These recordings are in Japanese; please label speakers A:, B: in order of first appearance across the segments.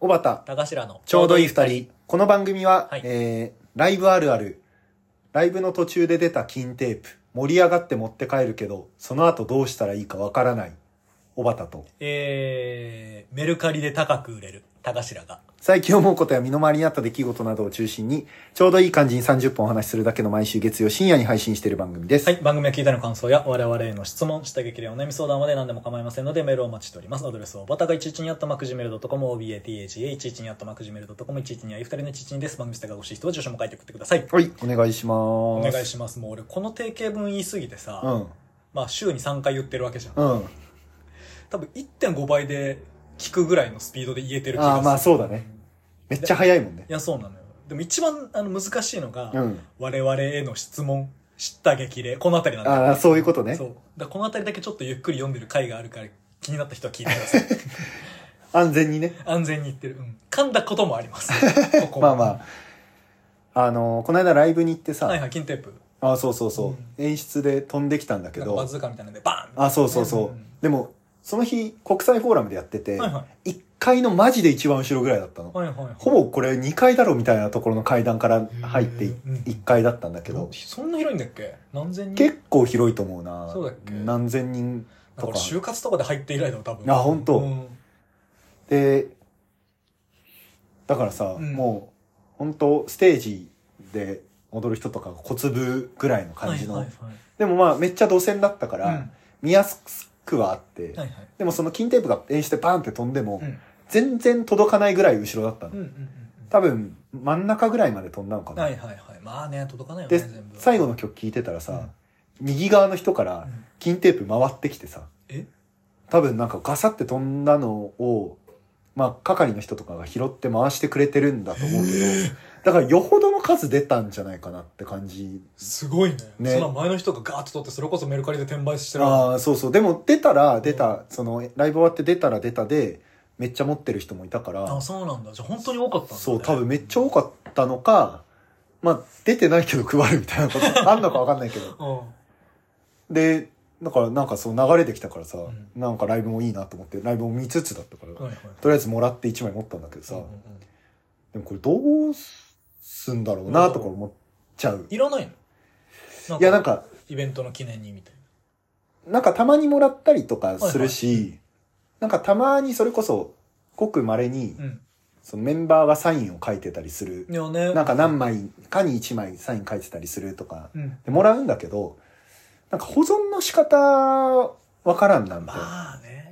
A: 小畑、
B: 田頭の
A: ちょうどいい二人。この番組は、
B: はい
A: えー、ライブあるある。ライブの途中で出た金テープ。盛り上がって持って帰るけど、その後どうしたらいいかわからない。小畑と。
B: えー、メルカリで高く売れる田頭が
A: 最近思うことや身の回りにあった出来事などを中心に、ちょうどいい感じに30分お話しするだけの毎週月曜深夜に配信している番組です。
B: はい番組を聞いたの感想や我々への質問下激励お悩み相談まで何でも構いませんのでメールをお待ちしておりますアドレスはおばたが112アットマークジメルドットコム obatha112 アットマークジメルドットコム112は2人の112です番組下が欲しい人は住所も書いて送ってください
A: はい、お願いします。
B: お
A: お
B: 願いしますもう俺この定型文言いすぎてさ、
A: うん。
B: まあ週に3回言ってるわけじゃん、
A: うん。
B: 多分1.5倍で聞くぐらいのスピードで言えてる気がす
A: あ
B: る
A: あ、まあそうだね。めっちゃ早いもんね
B: い。やそうなのよでも一番あの難しいのが、
A: うん。
B: 我々への質問知った激励この辺りなんだよ
A: ああ、そういうことね
B: そ。うだからこの辺りだけちょっとゆっくり読んでる回があるから気になった人は聞いてくだ さい
A: 安全にね。
B: 安全に言ってる、うん、噛んだこともあ りますここ
A: まあまあ。あの、この間ライブに行ってさ、
B: はいはい金テープ
A: ああ、そうそうそう、
B: うん
A: 演出で飛んできたんだけ
B: なんかバ
A: ど、
B: ズーカみたいなんでバーン
A: あそうそうそう。
B: ん
A: でも、その日、国際フォーラムでやってて、
B: はいは
A: 1階のマジで一番後ろぐらいだったの。
B: はいはいはい
A: ほぼこれ2階だろみたいなところの階段から入って
B: へー
A: 1階だったんだけ
B: ど
A: ど
B: う、そんな広いんだっけ何千人
A: 結構広いと思うな。
B: そうだっけ
A: 何千人
B: なん
A: と
B: か
A: か
B: 俺。就活とかで入って以来だよ多分
A: あ本当
B: うん
A: で、だからさ、
B: うん
A: もう、本当ステージで踊る人とかが小粒ぐらいの感じの。
B: はいはいはい
A: でもまあめっちゃ動線だったか
B: うん
A: ら、
B: は
A: 見やすくはあって、
B: いはい
A: でもその金テープが演してバーンって飛んでも、
B: うん
A: 全然届かないぐらい後ろだったの。
B: うんうんうん
A: 多分、真ん中ぐらいまで飛んだのか
B: うん
A: な。
B: はいはいはいまあね届かないよね
A: で
B: 全部、
A: 最後
B: の
A: の曲聴いてたらさ、右側の人から金テープ回ってきてさ、
B: え
A: 多分なんかガサって飛んだのを、まあ、係の人とかが拾って回してくれてるんだと思うけど、だからよほどの数出たんじゃないかなって感じ。
B: すごいね
A: ね
B: そんな前の人がガーッと取ってそれこそメルカリで転売してるわ
A: ああ、そうそう。でも出たら出た、その、ライブ終わって出たら出たで、めっちゃ持ってる人もいたから、
B: あそうなんだじゃあ本当に多かったんだ、ね、
A: そう、多分めっちゃ多かったのか、まあ、出てないけど配るみたいな ことあんのかわかんないけど。で、だからなんかそう流れてきたからさ、
B: ん
A: なんかライブもいいなと思って、ライブも見つつだったから、
B: うんはいはい
A: とりあえずもらって1枚持ったんだけどさ、
B: うんうんうん
A: でもこれどうすんだろうなとか思っちゃう。
B: いらないの
A: いやなんか、
B: イベントの記念にみたい
A: なんかたまにもらったりとかするし、なんかたまにそれこそ、ごく稀に、
B: なうん
A: そのメンバーがサインを書いてたりする。
B: いやね
A: なんか何枚かに1枚サイン書いてたりするとか、
B: うん
A: でもらうんだけど、なんか保存の仕方わからんなんて。
B: まあね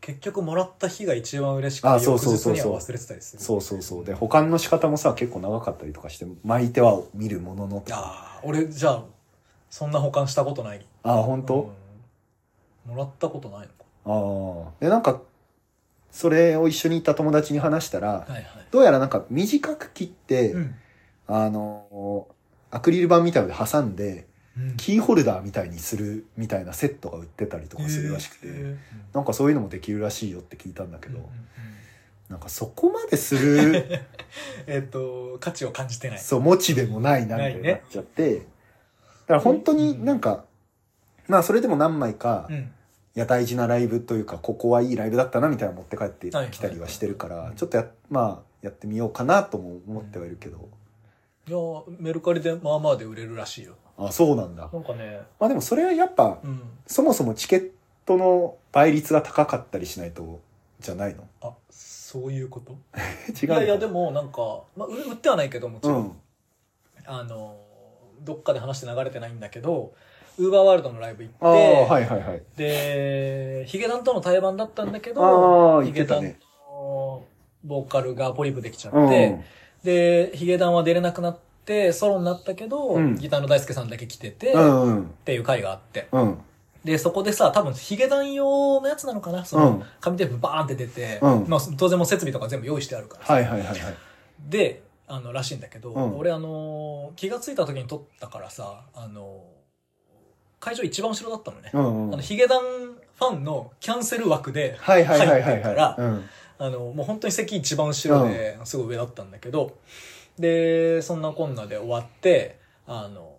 B: 結局もらった日が一番嬉しくて
A: あそ
B: 翌
A: うそうそう
B: 日
A: そう
B: には忘れてたりする
A: そうそうそう。で、保管の仕方もさ、結構長かったりとかして、巻いては見るもののとか。
B: ああ俺じゃあそんな保管したことない
A: あ、本当、
B: うんもらったことないのか
A: ああ。で、なんか、それを一緒に行った友達に話したら、
B: はいはい
A: どうやらなんか短く切って、
B: うん
A: あの、アクリル板みたいので挟んで、
B: うん
A: キーホルダーみたいにするみたいなセットが売ってたりとかするらしくて、
B: へーうん
A: なんかそういうのもできるらしいよって聞いたんだけど、
B: うんうんうん
A: なんかそこまです る、
B: えっと価値を感じてない
A: そう、モチベもないなみたいになっちゃって、だから本当になんか、まあそれでも何枚か、
B: うん
A: いや大事なライブというかここはいいライブだったなみたいなの持って帰ってきたりはしてるから、
B: はいはいはい
A: ちょっとやまあやってみようかなとも思ってはいるけど、
B: いやメルカリでまあまあで売れるらしいよ
A: あそうなんだ
B: なんかね
A: まあでもそれはやっぱ
B: うん
A: そもそもチケットの倍率が高かったりしないとじゃないの
B: あそういうこと
A: 違う
B: いやいやで
A: も
B: もなんか、まあ、売売ってはないけども
A: う
B: ちろん、
A: ん
B: あのどっかで話して流れてないんだけどウーバーワールドのライブ行って
A: ああはいはいはい
B: でヒゲダンとの対バンだったんだけ
A: あ
B: ど
A: あ言
B: ヒ
A: って
B: ゲ
A: た
B: ダン
A: ね
B: のボーカルがポリープできちゃって、
A: うん
B: でヒゲダンは出れなくなってソロになったけど、
A: うん
B: ギターの大輔さんだけ来てて、
A: う
B: っ
A: んうん
B: ていう回があって
A: うん
B: で、そこでさ、多分ヒゲダン用のやつなのかなそ
A: うん
B: の、紙テープバーンって出て、
A: うん
B: まあ当然もう設備とか全部用意してあるからさ。
A: はいはいはいはい
B: で、あの、らしいんだけど、
A: うん
B: 俺あのー気がついた時に撮ったからさ、あのー会場一番後ろだったのね。
A: うんう
B: あの、
A: ん
B: ヒゲダンファンのキャンセル枠で、
A: はいはいはいはい
B: 入ってる
A: は
B: か
A: いうん
B: あの、もう本当に席一番後ろで、すごい上だったんだけど、で、そんなこんなで終わって、あの、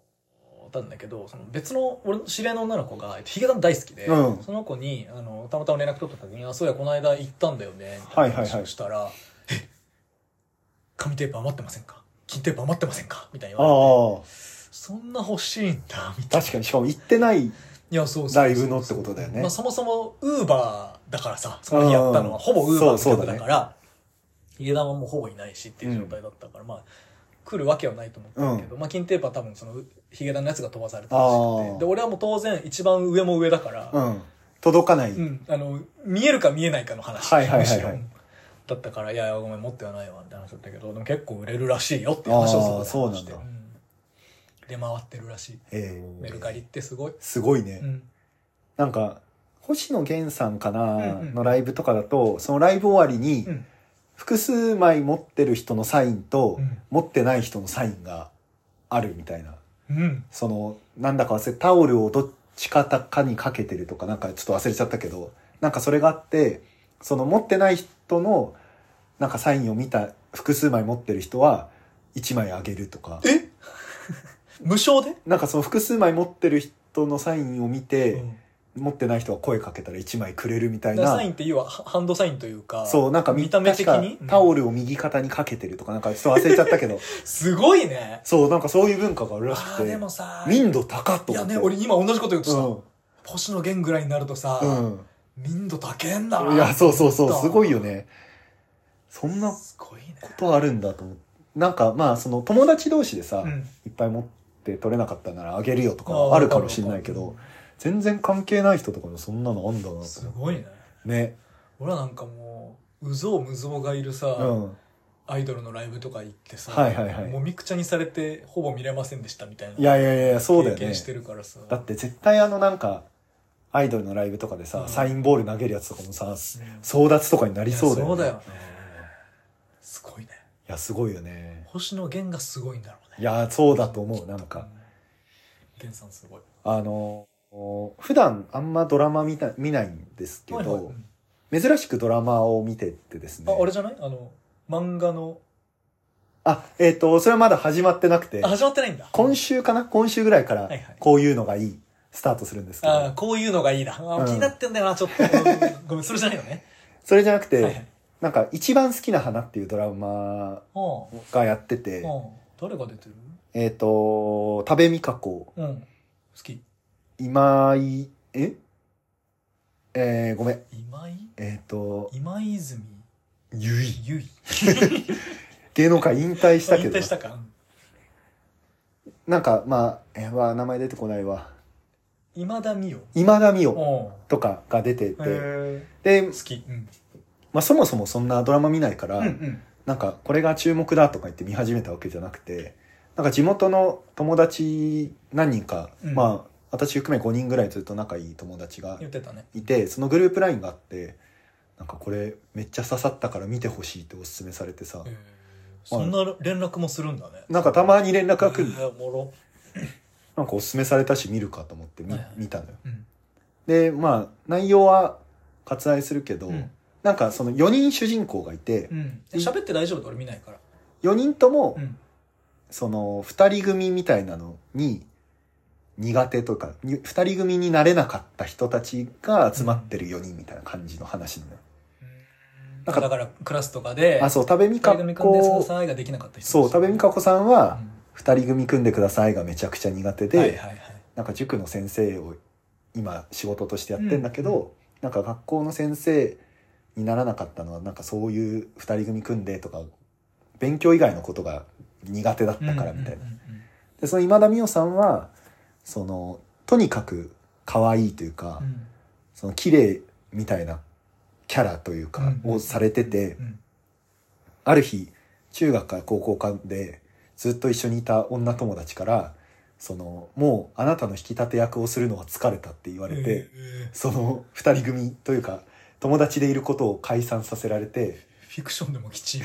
B: たんだけど、その別の、俺の知り合いの女の子が、えっとヒゲダン大好きで、
A: うん
B: その子に、あの、たまたま連絡取った時に、あ、そういや、この間行ったんだよね、みたいな
A: はいはい
B: 話
A: は
B: を
A: い
B: したら、紙テープ余ってませんか金テープ余ってませんかみたいに
A: あ
B: 言われ
A: あ
B: てそんな欲しいんだみたいな
A: 確かにしかも行ってない
B: いやそうそうそう
A: ライブのってことだよね
B: まあ、そもそもウーバーだからさその日やったのはほぼウーバーの
A: そうそ
B: 客
A: うだ
B: だ
A: ね
B: から家玉もほぼいないしっていう状態だったから、まあ来るわけはないと思ったけど、まあ、金テープは多分そのヒゲダンのやつが飛ばされたらしく
A: あー
B: てで俺はもう当然一番上も上だから、
A: うん届かない、
B: うん、あの見えるか見えないかの話、
A: はいはいはいはい
B: むしろだったから「いやいやごめん持ってはないわ」みたいな話だったけどでも結構売れるらしいよっていう話を
A: あー
B: そこで話して
A: そうなん
B: 出回ってるらしい
A: ええ
B: メルカリってすごい、
A: すごいね、
B: うん、
A: なんか星野源さんかな
B: うんうん
A: のライブとかだと、そのライブ終わりに
B: うん
A: 複数枚持ってる人のサインと、
B: うん
A: 持ってない人のサインがあるみたいな
B: うん
A: そのなんだか忘れタオルをどっちかかにかけてるとかなんかちょっと忘れちゃったけどなんかそれがあってその持ってない人のなんかサインを見た複数枚持ってる人は1枚あげるとか
B: え無償で、
A: なんかその複数枚持ってる人のサインを見て、
B: うん
A: 持ってない人は声かけたら1枚くれるみたい
B: だから
A: な
B: サインっていうはハハンドサインというか
A: そうなんかみ
B: 見た目的
A: 確
B: に
A: かタオ
B: ル
A: ルを右肩にかけてるとかなんかちょっと忘れちゃった けど
B: すごいね
A: そうなんかそういう文化があるらしく
B: あー
A: て
B: でもさ
A: 民度高っと
B: い
A: 思
B: や
A: って
B: ね俺今同じこと言うとさ、
A: うん
B: 星野源ぐらいになるとさ、
A: うん
B: 民度高えんだない
A: や、そうそうそう
B: だ、
A: すごいよね。そんなこ
B: すごいね
A: とあるんだと思って。なんか、まあ、その友達同士でさ、
B: うん
A: いっぱい持って取れなかったならあげるよとかはあるかもしんないけ
B: わ
A: ど
B: か、
A: 全然関係ない人とかもそんなのあんだなと思って
B: るすごいね
A: ね。
B: 俺はなんかもううぞうむぞうがいるさ、
A: うん。
B: アイドルのライブとか行ってさ、
A: はいはいはい
B: もみくちゃにされてほぼ見れませんでしたみたいない
A: やいやいや、そうだ
B: 経
A: よね
B: 験し。てるからさ
A: だって絶対あのなんか、アイドルのライブとかでさ、
B: うん
A: サインボール投げるやつとかもさ、争奪とかになりそうだよね。
B: いや
A: い
B: ねすごいね
A: や、すごいよね。
B: 星野源がすごいんだろうね
A: いや、そうだと思う、なんか。
B: 源さんすごい
A: あの普段あんまドラマ見た見ないんですけど、
B: はいはいうん
A: 珍しくドラマを見てってですね
B: ああれじゃないあの漫画の
A: あえっ、とそれはまだ始まってなくて
B: あ始まってないんだ
A: 今週かな今週ぐらいか
B: は
A: ら
B: いはい
A: こういうのがいいスタートするんですけど、
B: あこういうのがいいだあ
A: うん
B: 気になってんだよなちょっとごめんそれじゃないよね
A: それじゃなくて、
B: はいはい
A: なんか「一番好きな花」っていうドラマ
B: うん
A: がやってて、
B: うん誰が出てる
A: えっ、と多部未華子
B: うん好き
A: 今井ええー、ごめん
B: 今井
A: えっ、と
B: 今泉
A: ゆい
B: ゆい
A: 芸能界引退したけど
B: 引退したか
A: なんかまあ、えーわ名前出てこないわ
B: 今田美
A: 今田美桜
B: 桜
A: とかが出て
B: うん
A: て、
B: へ
A: で
B: ー、好きうん
A: まあ、そもそもそんなドラマ見ないから、
B: うんうん
A: なんかこれが注目だとか言って見始めたわけじゃなくてなんか地元の友達何人か、
B: うん
A: まあ私含め5人ぐらいずっと仲いい友達が
B: 言ってたね
A: いてそのグループラインがあってなんかこれめっちゃ刺さったから見てほしいっておすすめされてさ、
B: へーそんな連絡もするんだね
A: なんかたまに連絡が来る、
B: へーおもろ
A: なんかおすすめされたし見るかと思って見,、
B: はいはい
A: 見たのよ
B: うん
A: でまあ内容は割愛するけど、
B: うん
A: なんかその4人主人公がいて、
B: うんえ喋って大丈夫俺見ないから
A: 4人とも、
B: うん
A: その2人組みたいなのに苦手とか2人組になれなかった人たちが集まってる4人みたいな感じの話なのよ、なんか
B: だからクラスとかで
A: あそう多部未華
B: 二人組組んでその
A: 子
B: さができなかった人
A: そう多部未華子さん
B: う
A: は
B: ん
A: 2人組組んでくださいがめちゃくちゃ苦手で、
B: はいはいはい
A: なんか塾の先生を今仕事としてやってんだけど、
B: うん
A: なんか学校の先生にならなかったのはなんかそういう2人組組んでとか勉強以外のことが苦手だったからみたいな、
B: うんうんうん
A: でその今田美桜さんはそのとにかく可愛いというか、
B: うん
A: その綺麗みたいなキャラというか、
B: うん
A: をされてて、
B: うん
A: ある日中学か高校かでずっと一緒にいた女友達からそのもうあなたの引き立て役をするのは疲れたって言われて、
B: えーえー
A: その2人組というか友達でいることを解散させられて
B: フィクションでもきちい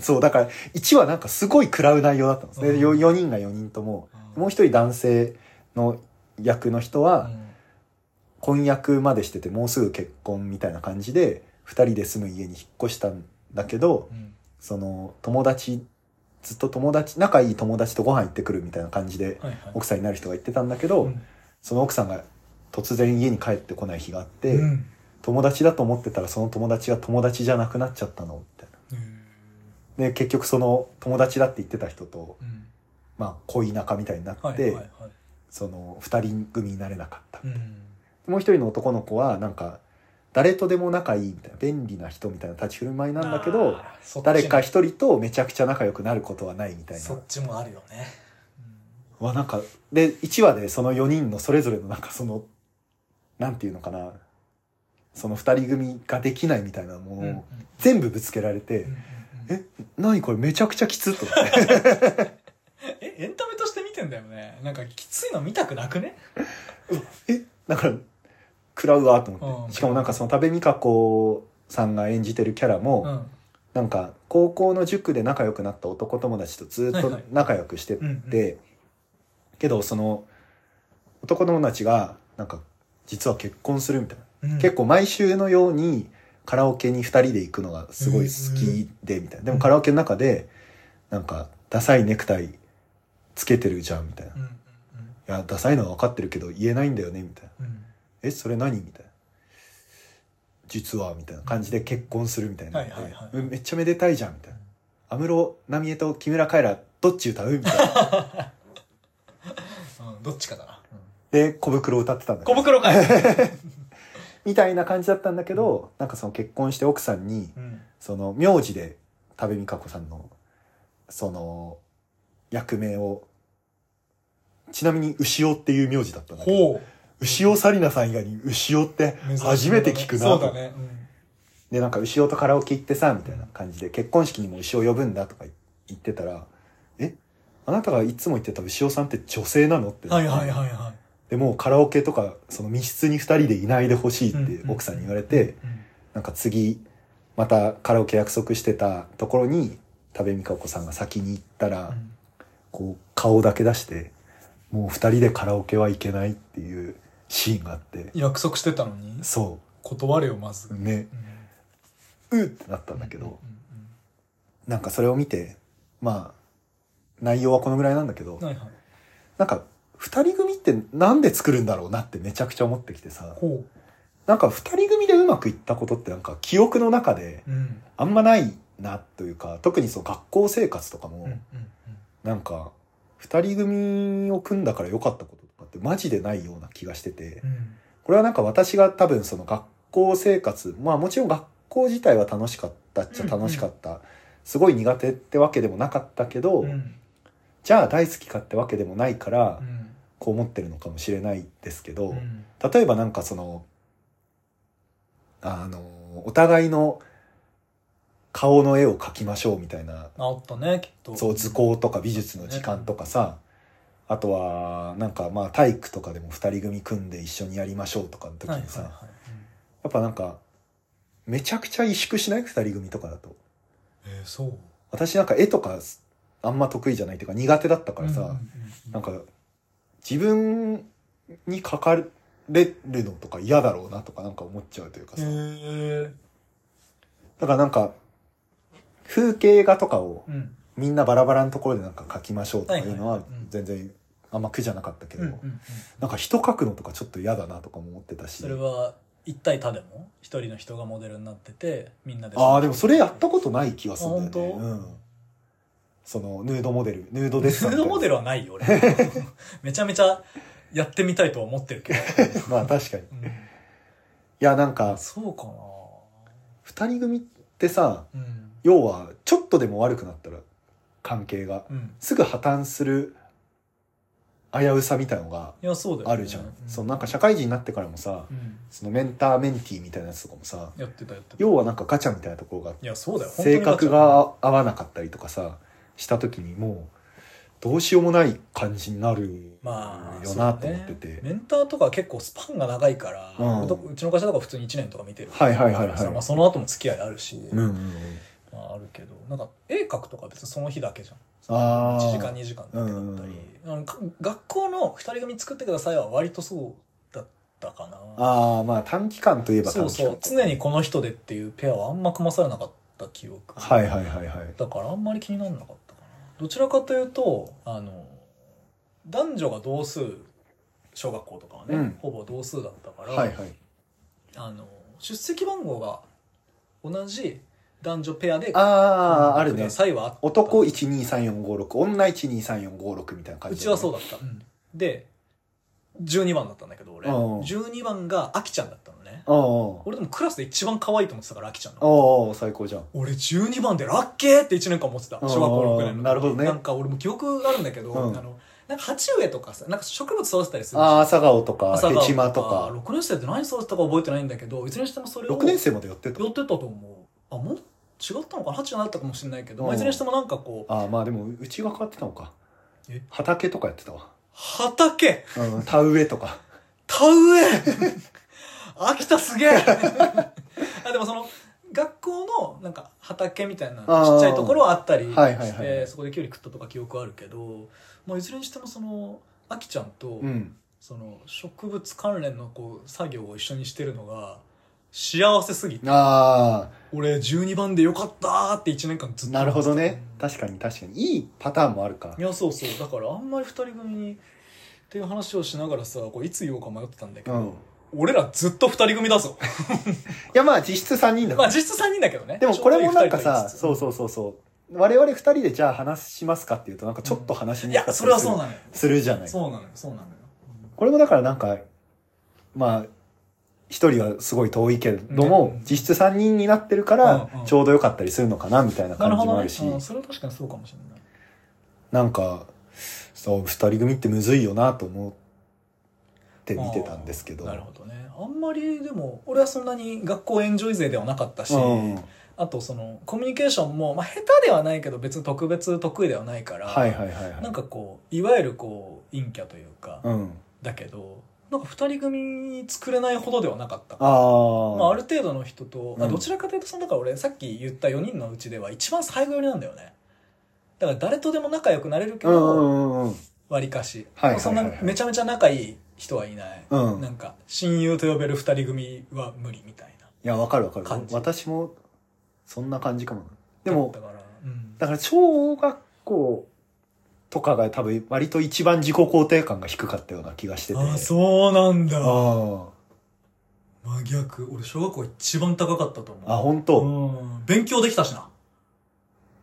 A: そうだから1話なんかすごい食らう内容だったんですね、
B: うん
A: よ4人が4人とも。 もう一人男性の役の人
B: う
A: は
B: ん
A: 婚約までしててもうすぐ結婚みたいな感じで2人で住む家に引っ越したんだけど
B: うん
A: その友達ずっと友達仲いい友達とご飯行ってくるみたいな感じで
B: はいはい
A: 奥さんになる人が言ってたんだけど、
B: うん
A: その奥さんが突然家に帰ってこない日があって、
B: うん
A: 友達だと思ってたらその友達が友達じゃなくなっちゃったのみたいな
B: う
A: で
B: ん
A: 結局その友達だって言ってた人と、
B: うん
A: まあ、恋仲みたいになって、
B: はいはいはい
A: その2人組になれなかった、
B: うん
A: もう一人の男の子はなんか誰とでも仲いいみたいな便利な人みたいな立ち振る舞いなんだけど
B: あーそっちも
A: 誰か一人とめちゃくちゃ仲良くなることはないみたい
B: そ
A: な
B: っちもあるよね、
A: はなんかで1話でその4人のそれぞれのなんかそのなんていうのかなその2人組ができないみたいなも
B: う
A: の
B: ん
A: を全部ぶつけられて、
B: うんうんうん
A: え何これめちゃくちゃきつっと思 って
B: えエンタメとして見てんだよねなんかきついの見たくなくね
A: えだから食らうわと思っ
B: うん
A: てしかもなんかその多部未華子さんが演じてるキャラも、
B: うん
A: なんか高校の塾で仲良くなった男友達とずっ
B: はい
A: と
B: はい
A: 仲良くしてって、
B: うん
A: けどその男友達がなんか実は結婚するみたいな、
B: うん
A: 結構毎週のようにカラオケに2人で行くのがすごい好きでみたいな、でもカラオケの中でなんかダサいネクタイつけてるじゃんみたいな、
B: うんうん
A: いやダサいのは分かってるけど言えないんだよねみたいな
B: うんうん
A: えそれ何みたいな実はみたいな感じで結婚するみたいな、
B: はいはいはい
A: うんめっちゃめでたいじゃんみたいな安室奈美恵と木村カエラどっち歌うみたい な
B: うんどっちかだな、
A: で小袋を歌ってたんだけ
B: 小
A: ど
B: 袋かい、
A: みたいな感じだったんだけど、なんかその結婚して奥さんに
B: うん
A: その名字で多部未華子さんのその役名をちなみに牛尾っていう名字だったんだけど
B: ほう
A: 牛尾紗理奈さん以外に牛尾って
B: 珍しい
A: 初めて聞くな
B: そう
A: と
B: だね、うん
A: でなんか牛尾とカラオケ行ってさみたいな感じで結婚式にも牛尾呼ぶんだとか言ってたら「えあなたがいつも言ってた牛尾さんって女性なの?」って
B: はいはいはいは
A: でもうカラオケとかその密室に2人でいないでほしい
B: うん
A: っ
B: う
A: て
B: ん
A: 奥さんに言われて、
B: い、うん
A: なんか次またカラオケ約束してたところに多部未華子さんが先に行ったら、
B: うん
A: こう顔だけ出してもう2人でカラオケはいけないっていうシーンがあって
B: 約束してたのに
A: そ
B: 断れよまず、
A: うね
B: うん
A: うってなったんだけど。
B: うん
A: なんかそれを見て、まあ、内容はこのぐらいなんだけど
B: うんうん、はいはい
A: なんか、二人組ってなんで作るんだろうなってめちゃくちゃ思ってきてさ、
B: ほ
A: なんか二人組でうまくいったことってなんか記憶の中で
B: ううん
A: あんまないなというか、特にその学校生活とか
B: うん
A: も
B: うんうん、
A: なんか、二人組を組んだから良かったこととかってマジでないような気がしてて
B: う、ん
A: これはなんか私が多分その学校生活、まあもちろん学校自体は楽しかったっちゃ楽しかった、すごい苦手ってわけでもなかったけど、
B: うん
A: じゃあ大好きかってわけでもないから
B: うん
A: こう思ってるのかもしれないですけど、
B: うん
A: 例えばなんかそのあのお互いの顔の絵を描きましょうみたいな
B: あったねきっと
A: そう図工とか美術の時間とかさあとはなんかまあ体育とかでも2人組組んで一緒にやりましょうとかの時
B: はい
A: に
B: はい
A: さ、
B: はいうん
A: やっぱなんかめちゃくちゃ萎縮しない2人組とかだと。
B: えーそう
A: 私なんか絵とかあんま得意じゃないというか苦手だったからさ、
B: うんうんうん
A: なんか、自分にかかれるのとか嫌だろうなとかなんか思っちゃうというか
B: へ
A: さ。だ
B: え
A: からなんか、風景画とかを
B: うん
A: みんなバラバラのところでなんか描きましょうとかいうの
B: は
A: は
B: いはいはいうん
A: 全然あんま苦じゃなかったけ
B: うん
A: ど、
B: うんうん
A: なんか人描くのとかちょっと嫌だなとかも思ってたし
B: そ。れは一対他でも一人の人がモデルになっててみんなで
A: ああ、でもそれやったことない気がするんだよね。
B: 本当
A: うん。そのヌードモデル、ヌード
B: ヌ
A: デッサン
B: ー
A: みたい
B: ド
A: な。
B: モデルはないよ俺 めちゃめちゃやってみたいとは思ってるけど、
A: まあ確かに。い
B: うん
A: やなんか、
B: そうか
A: 二人組ってさ、
B: なうん
A: 要はちょっとでも悪くなったら関係が。
B: うん
A: すぐ破綻する危うさみたいのが
B: いやそうだよね
A: あるじゃん、
B: う
A: そのなんか社会人になってからもさ、
B: うん
A: そのメンターメンティーみたいなやつとかもさ
B: やってたやってた
A: 要はなんかガチャみたいなところがあって
B: いやそうだよ本当に
A: 性格が合わなかったりとかさした時にもうどうしようもない感じになる
B: まあ
A: よなと
B: そう
A: 思
B: ね
A: ってて、
B: メンターとか結構スパンが長いから、う
A: うん
B: うちの会社とか普通に1年とか見てる
A: はいはいはいはい
B: さまあ、その後も付き合いあるし、
A: うんうんうん
B: まあ、あるけどなんか絵描くとか別にその日だけじゃん
A: あ
B: 1
A: ー
B: 時間2時間だけだったり、
A: う
B: あのか学校の2人組作ってくださいは割とそうだったかな
A: あーまあ短期間といえば
B: そ
A: 短
B: う
A: 期間
B: そう常にこの人でっていうペアはあんま組まされなかった記憶、
A: はいはいはいはい
B: だからあんまり気にならなかったかなどちらかというとあの男女が同数小学校とかはね、
A: うん
B: ほぼ同数だったから、
A: はいはい
B: あの出席番号が同じ男女ペアで
A: ああ、ある
B: く
A: ね
B: だ。さいはあった
A: 男123456、女123456みたいな感
B: う
A: じ
B: ちはそう
A: う
B: だった、で12番だったんだけど俺
A: うん
B: 12番があきちゃんだったのね
A: だ。うん。
B: 俺でもクラスで一番可愛いと思ってたからあきちゃんの
A: おお最高じゃん。
B: 俺12番でラッキーって1年間思ってた小学校6年の時
A: うんなるほどね
B: なんか俺も記憶があるんだけど、
A: うん
B: あのなんか鉢植えとかさなんか植物育てたりするじゃん
A: ああ、朝顔とか、
B: 朝
A: ヘ
B: 顔
A: チマとか。
B: 6年生って何育てたか覚えてないんだけどいずれにしてもそれを
A: 6年生までやってた
B: や。ってたと思うあもう違ったのかな8じゃなかったかもしれないけど、まあ
A: うん
B: いずれにしてもなんかこう
A: ああ、まあでも、うちが変わってたのか
B: え。
A: 畑とかやってたわ。
B: 畑
A: うん、田植えと か。
B: 田植え 秋田すげえ あでもその学校のなんか畑みたいなち
A: あー
B: っちゃいところはあったりして、
A: はいはいはい
B: そこできゅうり食ったとか記憶あるけど、まあ、いずれにしてもそのあきちゃんと、
A: うん。
B: その植物関連のこう作業を一緒にしてるのが幸せすぎて
A: あ
B: 俺12番でよかったーって1年間ず
A: あ、
B: っと
A: なるほどね。
B: うん
A: 確かに確かに。いいパターンもあるか
B: い。やそうそうだからあんまり2人組にっていう話をしながらさこれいつ言おうか迷ってたんだけ
A: う
B: ど、
A: ん。い
B: 俺らずっと2人組だぞ
A: や、まあ実質3人だか
B: まあ
A: ら。
B: 実質3人だけどね
A: でもこれもなんかさ、
B: ち
A: そ
B: ょ
A: う
B: どい
A: そ
B: い二人と言いつつ
A: うそうそう。我々2人でじゃあ話しますかっていうと、なんかちょっと話
B: い
A: に
B: やそれはそう
A: の
B: なのよ
A: するじゃない。
B: そうなのよそうなのよ
A: これもだからなんか、まあ、一人はすごい遠いけれども、
B: ね
A: 実質三人になってるから
B: うんうん
A: ちょうどよかったりするのかなみたいな
B: な
A: 感
B: るほ
A: じも
B: ど
A: あ
B: ね
A: るし、
B: うんそれは確かにそうかもしれない
A: なんかそう二人組ってむずいよなと思って見てたんですけど
B: あーなるほどねあんまりでも俺はそんなに学校エンジョイ勢ではなかったし、
A: うん、はい
B: あとそのコミュニケーションも、まあ、下手ではないけど別に特別得意ではないから、
A: はいはいはい
B: なんかこういわゆるこう陰キャというか、
A: うん、
B: だけどなんか2人組作れないほどではなかった
A: あー、
B: まあ、ある程度の人と、あ
A: うん
B: どちらかというとそのだから俺さっき言った4人のうちでは一番最後寄りなんだよねだから誰とでも仲良くなれるけ
A: うんう
B: ど
A: んうんうん
B: わりかし、
A: はいはいはいはい
B: そんなめちゃめちゃ仲いい人はいない、
A: うん
B: なんか親友と呼べる2人組は無理みたいない
A: やわかるわかる
B: 感じ
A: 私もそんな感じかもなでも
B: だったから、うん、
A: だから小学校とかが多分割と一番自己肯定感が低かったような気がしてて
B: ああそうなんだ
A: あ
B: 真逆俺小学校一番高かったと思う
A: ああ本当、
B: うん勉強できたしな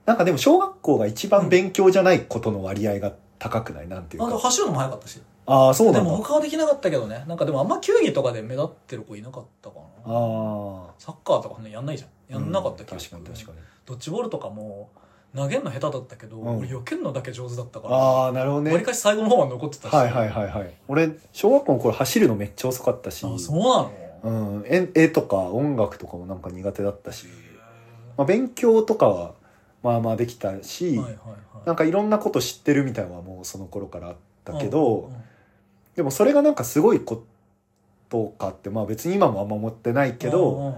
A: なんかでも小学校が一番勉強じゃないことの割合が高くないなんていう
B: あと
A: か
B: 走るのも早かったし
A: ああそう
B: で
A: なん
B: も
A: だ
B: 他はできなかったけどねなんかでもあんま球技とかで目立ってる子いなかったか
A: あ
B: な
A: あ
B: サッカーとかねやんないじゃんやんなかった
A: うん
B: 気が
A: 確かに確かに
B: ドッジボールとかも投げんの下手だったけど、
A: うん
B: 俺避けんのだけ上手だったからわ
A: ああなるほど
B: り、
A: ね
B: かし最後の方は残ってたし、
A: はいはいはいはい俺小学校の頃走るのめっちゃ遅かったし
B: あそうなの、
A: うん、絵絵とか音楽とかもなんか苦手だったし、
B: へ
A: まあ、勉強とかはまあまあできたし、
B: ーはいはいはい
A: なんかいろんなこと知ってるみたいなのはもうその頃からあったけど、
B: うんうんうん
A: でもそれがなんかすごいことかってまあ別に今もあんま思ってないけど、
B: うんうんうん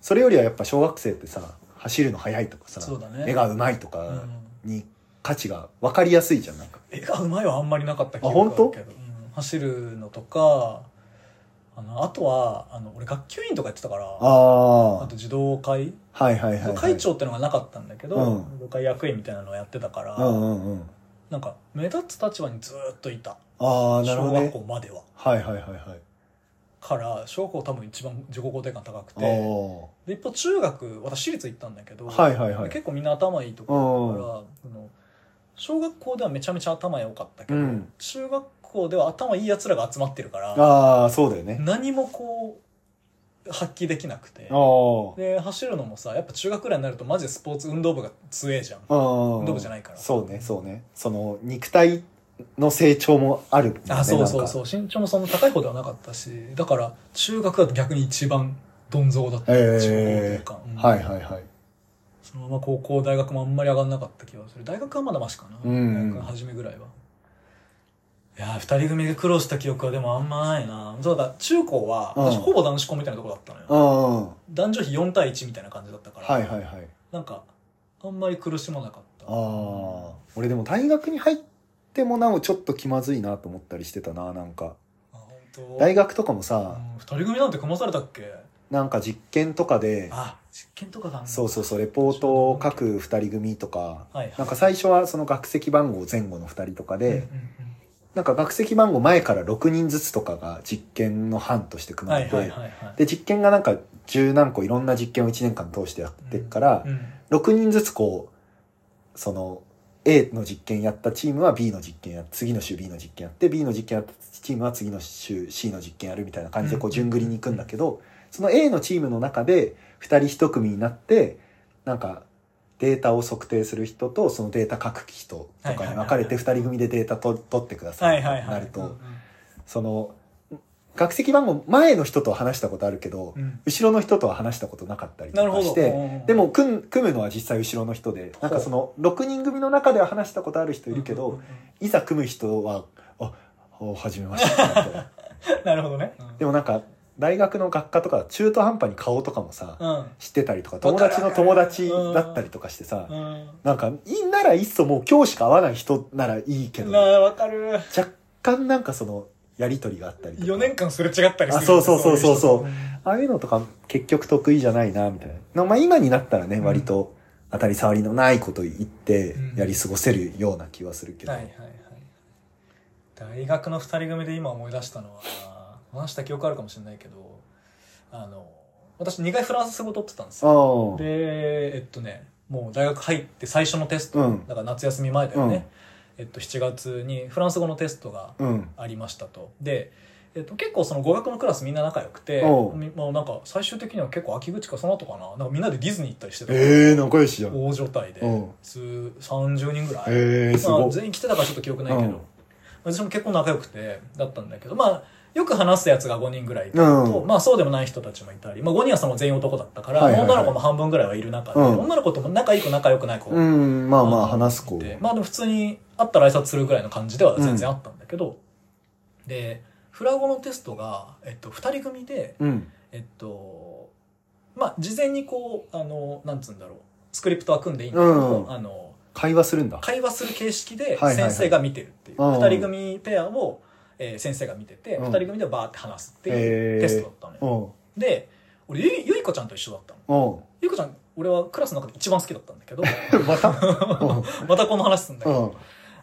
A: それよりはやっぱ小学生ってさ走るの速いとかさ、
B: そうだね
A: 絵がうまいと
B: うんう
A: か
B: ん
A: に価値が分かりやすいじゃんなんか、
B: 絵がうまいはあんまりなかった
A: あ本当
B: けど、うん走るのとかあのあとはあの俺学級委員とかやってたからあ
A: あ
B: と児童会
A: あはいはいはい、はい、
B: 会長ってのがなかったんだけど、
A: うん
B: 部会役員みたいなのをやってたから、
A: うんうんうん
B: なんか目立つ立場にずーっといた、
A: ああなるほど
B: 小学
A: ね
B: 校までは
A: はいはいはいはい
B: から小学校多分一番自己肯定感高く
A: あ
B: て
A: ー
B: で一方中学私立行ったんだけど、
A: はいはいはい
B: 結構みんな頭いいと
A: う
B: こだ
A: ん
B: から、その小学校ではめちゃめちゃ頭良かったけど、
A: うん
B: 中学校では頭いいやつらが集まってるから
A: ああそうだよね
B: 何もこう発揮できなくて
A: ああ
B: で走るのもさやっぱ中学ぐらいになるとマジでスポーツ運動部が強えじゃん
A: 運
B: 運動部じゃないから
A: そうねそうねその肉体の成長もあるもんね、
B: あそうそう
A: う
B: そう身長もそんな高い方ではなかったしだから中学は逆に一番どん底だった、
A: へー
B: 中高校というか、
A: はい
B: い、
A: はいはい
B: そのまま高校大学もあんまり上がんなかった気がする大学はまだマシかな、
A: うんうん
B: 大学の初めぐらいはいやー二人組で苦労した記憶はでもあんまないなそうだから中高は
A: うん
B: 私ほぼ男子校みたいなとこだったのよ、
A: うんうん
B: 男女比4対1みたいな感じだったから、
A: はいはいはい
B: なんかあんまり苦しまなかった
A: ああ俺でも大学に入ってもなおちょっと気まずいなと思ったりしてたななんか
B: あ本当
A: 大学とかも
B: う
A: さ
B: ん二人組なんて組まされたっけ
A: なんか実験とかで
B: あ実験とかがあんの
A: そうそうそうレポートを書く2人組とか
B: はいはい
A: なんか最初はその学籍番号前後の2人とか
B: うんうん
A: で
B: うん
A: なんか学籍番号前から6人ずつとかが実験の班として組ま
B: は
A: れ
B: いはい
A: て
B: はいはい。
A: で実験がなんか十何個いろんな実験を1年間通してやってっから、
B: うん
A: 6人ずつこうその A の実験やったチームは B の実験や次の週 B の実験やって B の実験やったチームは次の週 C の実験やるみたいな感じでこう
B: う
A: ん順繰りに行くんだけどその A のチームの中で2人1組になってなんかデータを測定する人とそのデータ書く人とかに分かれて2人組でデータと取ってくださ
B: はいい
A: って
B: はいはい
A: なると。
B: うん
A: その学籍番号前の人とは話したことあるけど、
B: うんうん
A: 後ろの人とは話したことなかったり
B: なる
A: と
B: ほ
A: か
B: ど
A: してで
B: も
A: も組む組むのは実際後ろの人でなんかその6人組の中では話したことある人いるけど、いざ組む人は「あお初めまして」 みたいな
B: なるほどね
A: でもなんか大学の学科とか中途半端に顔とかもさ、
B: うん
A: 知ってたりとか
B: かる
A: 友達の友達だったりとかしてさ、
B: うん
A: なんかいいならいっそもう今日しか会わない人ならいいけど
B: なあわかる
A: 若干なんかそのやり取りがあったりとか
B: 4年間すれ違ったりする
A: あそうそうそうそうそう
B: い人
A: ああいうのとか結局得意じゃないな、みたいな。まあ今になったらね、
B: うん
A: 割と当たり障りのないこと言って
B: うん
A: やり過ごせるような気はするけど。
B: はいはいはい大学の2人組で今思い出したのは話した記憶あるかもしれないけどあの私2回フランス語取ってたんです
A: あ
B: よ
A: あ。
B: でえっとねもう大学入って最初のテスト、
A: うん
B: だから夏休み前だよね、えっと7月にフランス語のテストが
A: うん。
B: ありましたとで、えっと、結構その語学のクラスみんな仲良くて
A: おう
B: みまあ、なんか最終的には結構秋口かその後かななんかみんなでディズニー行ったりしてた
A: ええ仲良しじゃん。え
B: 大所帯で
A: うん
B: 数30人ぐらい、
A: えす
B: まあ、
A: ごい。
B: 全員来てたからちょっと記憶ないけど、
A: うん
B: 私も結構仲良くてだったんだけどまあよく話すやつが5人ぐらいいて
A: うん。
B: まあそうでもない人たちもいたり、まあ、5人はその全員男だったから、
A: はいはいはい
B: 女の子も半分ぐらいはいる中で、
A: うん
B: 女の子とも仲良く仲良くない子
A: うん、まあまあ話す子。
B: でまあでも普通に会ったら挨拶するぐらいの感じでは全然あったんだけど、でフラゴのテストが、えっと、2人組で
A: うん。
B: えっとまあ事前にこうあのなんつうんだろうスクリプトは組んでいいんだけど、
A: うん
B: あの
A: 会話するんだ。
B: 会話する形式
A: は
B: で
A: いはいはい
B: 先生が見てるっていう、
A: うん
B: 2人組ペアを、えー先生が見てて、
A: うん
B: 2人組でバーって話すってい
A: へ
B: う
A: ー
B: テストだったのよ、
A: うん。う ん。
B: で俺ゆいゆいこちゃんと一緒だったのゆいこちゃん俺はクラスの中で一番好きだったんだけど
A: またうん。
B: またこの話すんだけ
A: う
B: ど、
A: ん。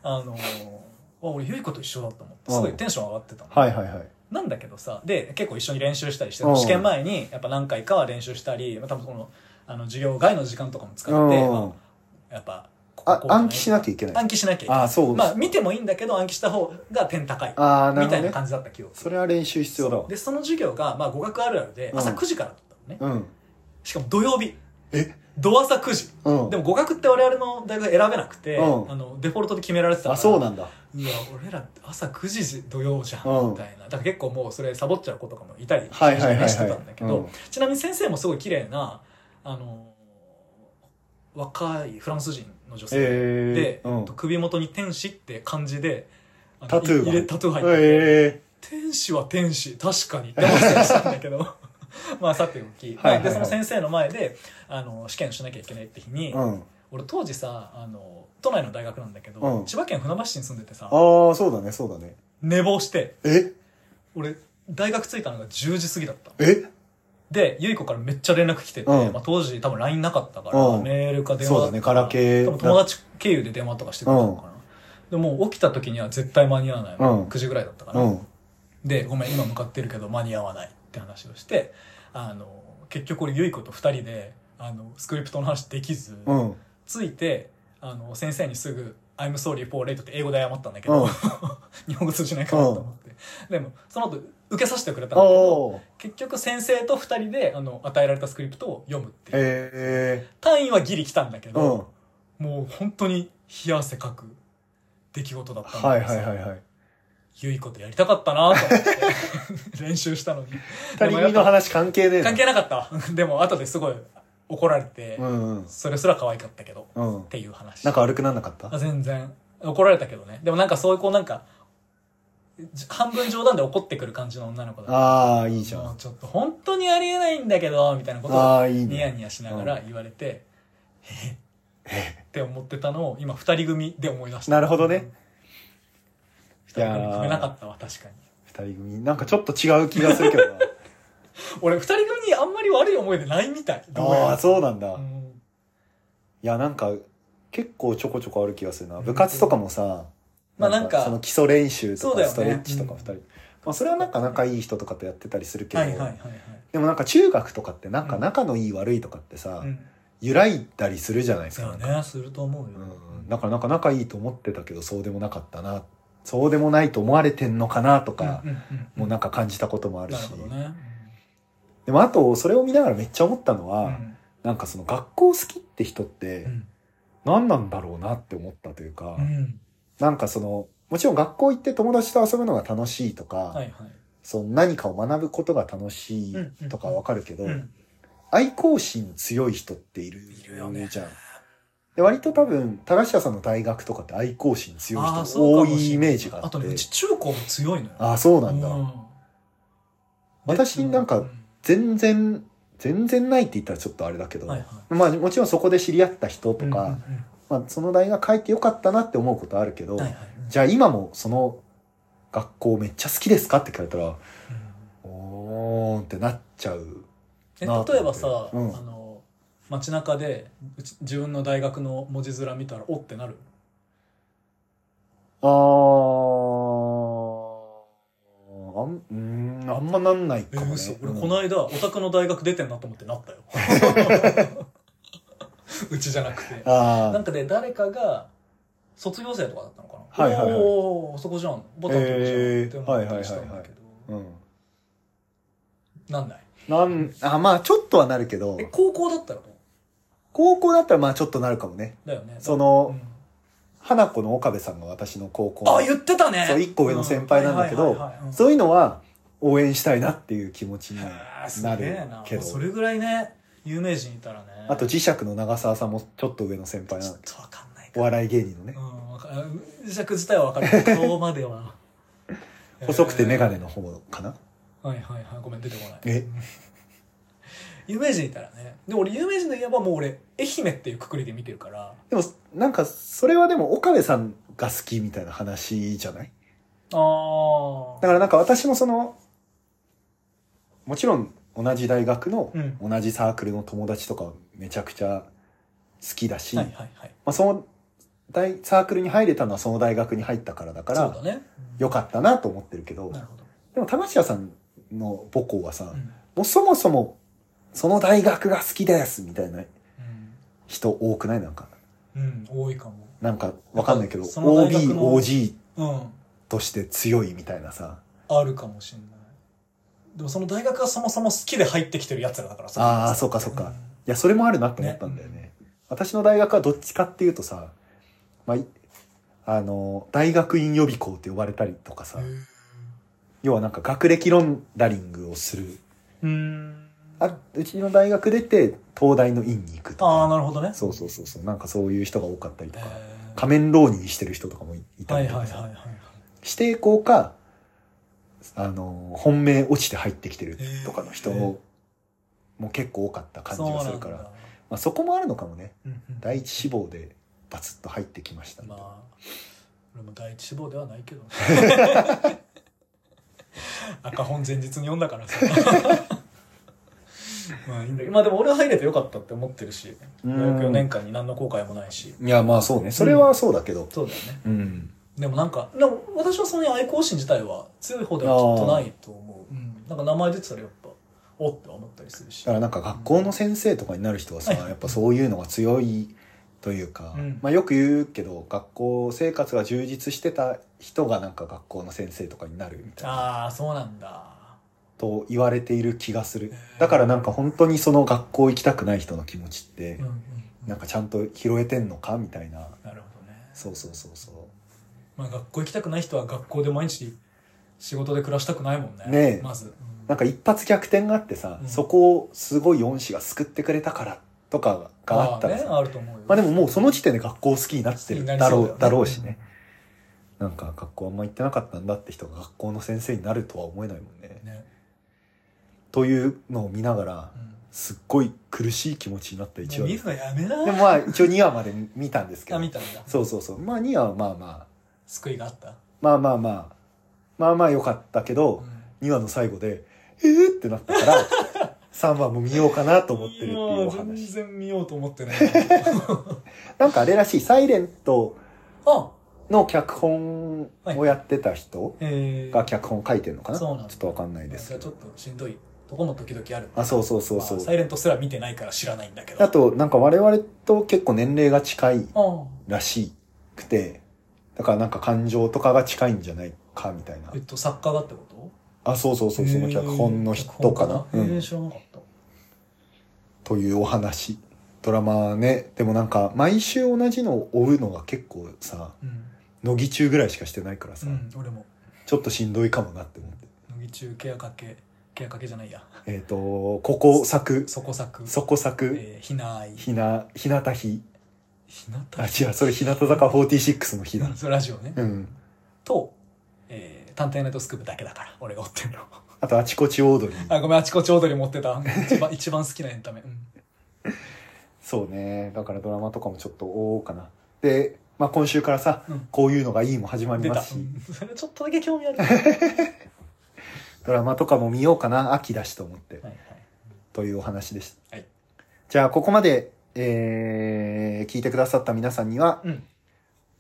B: あのーあ俺ゆいこと一緒だと思ってすごいテンション上がってたの、
A: はいはいはい。
B: なんだけどさで結構一緒に練習したりして
A: うん
B: 試験前にやっぱ何回かは練習したりまあ多分そのあの授業外の時間とかも使
A: う
B: って、
A: ん
B: ま。あ、やっぱここ
A: あ
B: こ、うじゃない
A: 暗記しなきゃいけない。
B: 暗記しなきゃいけない
A: ああ、そう。
B: まあ
A: あ
B: 見てもいいんだけど暗記した方が点高い
A: あー、なる
B: み
A: ほ
B: た
A: ど
B: いな
A: ね。
B: 感じだった記憶
A: それは練習必要だわ。
B: でその授業がまあ語学あるあるで
A: うん
B: 朝9時からだったのね、
A: うん。
B: しかも土曜日
A: え
B: 土朝9時
A: うん
B: で。も語学って我々の大学選べなくて、
A: うん
B: あのデフォルトで決められてたから
A: あ、そうなんだ。
B: いや俺らって朝9時土曜じゃん
A: うん
B: みたいなだから結構もうそれサボっちゃう子とかもいたり
A: はいはいはいはい。
B: してたんだけど、
A: うん
B: ちなみに先生もすごい綺麗なあの若いフランス人の女性
A: え
B: で、
A: ーうん
B: 首元に天使って漢字であの
A: タトゥーが
B: 入れタトゥー入ってて、
A: え
B: 天使は天使確かにって思ってたりしたんだけど まあさておき、まあ
A: はいはいはい
B: でその先生の前であの試験しなきゃいけないって日に、
A: えうん。
B: 俺当時さあの都内の大学なんだけど、
A: うん
B: 千葉県船橋市に住んでてさ
A: ああ、そうだね、そうだね。
B: 寝坊して
A: え
B: 俺大学着いたのが10時過ぎだった
A: え
B: でゆい子からめっちゃ連絡来てて、
A: うん
B: まあ、当時多分 LINE なかったから、
A: うん
B: メールか電話
A: そうだね、ガラケ
B: 多分
A: ー。
B: 友達経由で電話とかしてくれたのかな、でもう起きた時には絶対間に合わない、
A: うん
B: 9時ぐらいだったか
A: う
B: ら、
A: ん。
B: でごめん今向かってるけど間に合わないって話をしてあの結局俺ゆい子と2人であのスクリプトの話できず、
A: うん。
B: ついてあの先生にすぐ「I'm sorry for late」って英語で謝ったんだけど、
A: うん
B: 日本語通じないかなと思って、でもその後受けさせてくれたんだけど
A: おー。
B: 結局先生と2人であの与えられたスクリプトを読むっていう、
A: え
B: 単位はギリ来たんだけ
A: え。うん
B: ど、。もう本当に冷や汗かく出来事だったんだ
A: はい
B: けど
A: はいはい
B: さ
A: はい。
B: ゆいことやりたかったなと思って 練習した のに
A: 二人組の話関係ねえな
B: 関係なかった わでも後ですごい怒られて、
A: うんうん。
B: それすら可愛かったけどっ
A: うん。
B: ていう話
A: なんか悪くなんなかった
B: あ全然怒られたけどねでもなんかそういうこうなんかじ半分冗談で怒ってくる感じの女の子だった
A: ああ、いいじゃ。
B: もうんちょっと本当にありえないんだけどみたいなことを
A: ああ、いい
B: ニヤ
A: ね。
B: ニヤしながら言われて、えっって思ってたのを今二人組で思い出した
A: なるほどね
B: 二人組組めなかったわ確かに
A: 二人組。なんかちょっと違う気がするけどな。
B: 俺二人組にあんまり悪い思いでないみたい どうやら
A: ああ、そうなんだ。
B: う
A: い
B: ん
A: や、なんか、結構ちょこちょこある気がするな。部活とかもさ、
B: まあなんか
A: その基礎練習と
B: そう
A: か
B: だよね
A: ストレッチとか二人。まあ、それはなんか仲いい人とかとやってたりするけど、
B: はいはいはいはい
A: でもなんか中学とかってなんか
B: うん
A: 仲のいい悪いとかってさ、
B: うん
A: 揺らいだりするじゃないです
B: そ
A: か,、
B: うねすると思うよ
A: うん、だからなんか仲いいと思ってたけどそうでもなかったなそうでもないと思われてんのかなとか、
B: うんうんうん
A: もうなんか感じたこともある
B: なる
A: し、
B: ほどね
A: でもあとそれを見ながらめっちゃ思ったの
B: う
A: は、
B: ん
A: なんかその学校好きって人って
B: うん
A: 何なんだろうなって思ったというか、
B: うん
A: なんかそのもちろん学校行って友達と遊ぶのが楽しいとか、
B: はいはい
A: その何かを学ぶことが楽しいとかわかるけど、
B: うん
A: 愛好心強い人っている
B: いるよね
A: じゃん。で割と多分、田頭さんの大学とかって愛好心強い
B: あー
A: 人
B: そう
A: 多
B: かもし
A: い
B: れ
A: イ
B: ない
A: メージがあ
B: あ
A: って
B: と。ねうち中高も強いのよ
A: ああ、そうなんだ。
B: うん
A: 私なんか
B: うん
A: 全然、全然ないって言ったらちょっとあれだけど、
B: はいはい
A: まあもちろんそこで知り合った人とか、
B: うんうん
A: まあその大学入ってよかったなって思うことあるけど、
B: うんはいはい
A: じゃあ今もその学校めっちゃ好きですかって聞かれたら、
B: うん
A: おーんってなっちゃう。
B: え
A: なあ
B: 例えばさ、
A: うん
B: あの街中でうち自分の大学の文字面見たらおってなる
A: あーあん、うーん、あんまなんない
B: え
A: かもね。
B: 嘘
A: う
B: 俺
A: ん
B: この間オタクの大学出てんなと思ってなったよ うちじゃなくてな
A: あ
B: んかで誰かが卒業生とかだったのかな、
A: はいはいはい
B: おーそこじゃんボタンと一緒じゃんって思ったりしたんだけど、
A: あ、うん。
B: なんない
A: なん、あ、まあちょっとはなるけど
B: え、高校だったらどう
A: 高校だったらまあちょっとなるかもね。
B: だよね
A: そ
B: うん
A: の、花子の岡部さんが私の高校の
B: あ言ってたね
A: そう一個上の先輩なんだけど
B: うはいはいはいはいうん
A: そういうのは応援したいなっていう気持ちに
B: あーす
A: な
B: げえ
A: る
B: な
A: けど。
B: それぐらいね有名人いたらね
A: あと
B: ち
A: 磁石の長澤さんもちょっと上の先輩なん
B: ょっ
A: だけ
B: とわかんないか
A: ど。お笑い芸人のね
B: う。んわか尺自体はわかる けど顔までは
A: 細くてメガネの方かな、
B: えーはいはいはいごめん出てこない
A: え
B: 有名人いたらねでも俺有名人で言えばもう俺愛媛っていうくくりで見てるから
A: でも、なんか、それはでも岡部さんが好きみたいな話じゃない
B: あ
A: だからなんか私もその、もちろん同じ大学の
B: うん
A: 同じサークルの友達とかめちゃくちゃ好きだし、
B: はいはい
A: ま
B: はい
A: あその大、サークルに入れたのはその大学に入ったからだか
B: そう
A: ら、
B: だね
A: 良かったなと思ってるけど、
B: なるほど、
A: でも田頭さんの母校はさ、
B: う
A: も
B: ん
A: うそもそもその大学が好きですみたいな人多くないなんか、
B: うん、うん、多いかも
A: なんかわかんないけど、
B: その大
A: OB
B: 学、の
A: OG
B: うん
A: として強いみたいなさ。
B: あるかもしれないでもその大学がそもそも好きで入ってきてるやつらだから
A: ああ、そうかそうか。いや、それもあるなって思ったんだよね。私の大学はどっちかっていうとさ、まあ、いあの、大学院予備校って呼ばれたりとかさ、要はなんか学歴ロンダリングをする。
B: うん
A: あうちの大学出て、東大の院に行くと
B: ああ
A: か。
B: なるほどね
A: そうそうそうそう。なんかそういう人が多かったりと
B: え
A: か。
B: ー
A: 仮面浪人してる人とかもいいた
B: はい
A: り
B: は
A: と
B: い
A: か
B: はい
A: さ、
B: はいはい
A: 指定校か、あの、本命落ちて入ってきてるとかの人も結構多かった感じがするから。
B: そうなんだ
A: まあ、そこもあるのかもね
B: うんうん
A: 第一志望でバツッと入ってきましたみたいな
B: まあ俺も第一志望ではな いけど赤本前日に読ん だからさまあいいんだけどまあでも俺は入れてよかったって思ってるし
A: う
B: 大
A: ん
B: 学4年間に何の後悔もないし
A: いやまあそうねそれはそうだけど
B: そうだよね
A: うん、
B: でもなんかでも私はその愛好心自体は強い方ではきっとないと思う、うん、なんか名前出てたらやっぱおって思ったりするし
A: だからなんか学校の先生とかになる人はさ、
B: はい
A: やっぱそういうのが強いというか、
B: うん
A: まあ、よく言うけど学校生活が充実してた人がなんか学校の先生とかになるみたいな
B: ああそうなんだ
A: と言われている気がする
B: ー
A: だからなんか本当にその学校行きたくない人の気持ちって、
B: うんうんうん
A: なんかちゃんと拾えてんのかみたいな
B: なるほどね
A: そうそうそうそう
B: まあ、学校行きたくない人は学校で毎日仕事で暮らしたくないもんね
A: ねえ
B: まず、
A: なんか一発逆転があってさ、
B: うん
A: そこをすごい恩師が救ってくれたからとかがあったら
B: ね
A: さ、
B: あると思うよ
A: まあでももうその時点で学校好きになってる
B: 好きになり
A: だろ
B: そうう
A: だ
B: よね
A: ろうしね。なんか学校あんま行ってなかったんだって人が学校の先生になるとは思えないもんね。
B: ね、
A: というのを見ながら
B: う、ん、
A: すっごい苦しい気持ちになった1話
B: もう見
A: で
B: る
A: す。
B: のやめな
A: でもまあ一応2話まで見たんですけ
B: あ
A: ど。
B: 見たんだ
A: そうそうそう。まあ2話はまあまあ、
B: 救いがあった、
A: まあまあまあ、まあまあ良かったけど、2話の最後で、えーってなったから、3話 も見ようかなと思ってるっていうお
B: もう全
A: 話。
B: 然見ようと思ってない
A: なんかあれらしい、サイレント
B: あ
A: の脚本をやってた人
B: えー
A: が脚本書いてるのかな、
B: そうなんだ
A: ちょっとわかんないです
B: じゃ
A: け
B: あちょ
A: ど
B: っとしんどいとこも時々ある
A: あそうそうそうそ
B: まあサイ
A: う
B: レントすら見てないから知らないんだけど
A: あとなんか我々と結構年齢が近い
B: あ
A: らしくてだからなんか感情とかが近いんじゃないかみたいな
B: あえっと作家がってこと
A: あそうそうそうその脚本の人かな、
B: えー脚本
A: うん
B: えー知らなかった
A: というお話ドラマねでもなんか毎週同じのを追うのが結構さ
B: うん、
A: 乃木中ぐらいしかしてないからさ、
B: うん、俺も
A: ちょっとしんどいかもなって思って
B: 乃木中ケアかけケアかけじゃないや
A: えっ、とここ作
B: そこ作
A: そこ作
B: えー、ひなあい
A: ひなひなたひ
B: ひなた
A: あ違うそれ日向坂46の日だ
B: うん そうラジオね、
A: うん
B: と、えー、探偵ナイトスクープだけだから俺が追ってるの
A: あとあちこちオードリー
B: あごめんあちこち踊り持ってた一番 一番好きなエンタメ、うん
A: そうねだからドラマとかもちょっと追おうかなで、まあ、今週からさ、
B: うん
A: こういうのがいいも始まり
B: 出
A: ま
B: た、
A: すし、
B: うん それちょっとだけ興 味あるはい
A: ドラマとかも見ようかな秋だしと思って、
B: はい
A: というお話でした、
B: はい
A: じゃあここまで、えー聞いてくださった皆さんには
B: うん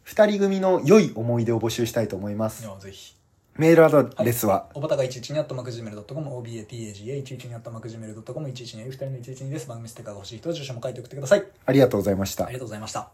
A: 2人組の良い思い出を募集したいと思いま
B: い
A: す
B: やぜひ
A: メールアドレスは、
B: おばたが11にあったマクジメルドットコム、obataga11 にあったマクジメルドットコム、11にあ2人の11にです。番組ステッカーが欲しい人は住所も書いて送ってください。
A: ありがとうございました
B: ありがとうございました。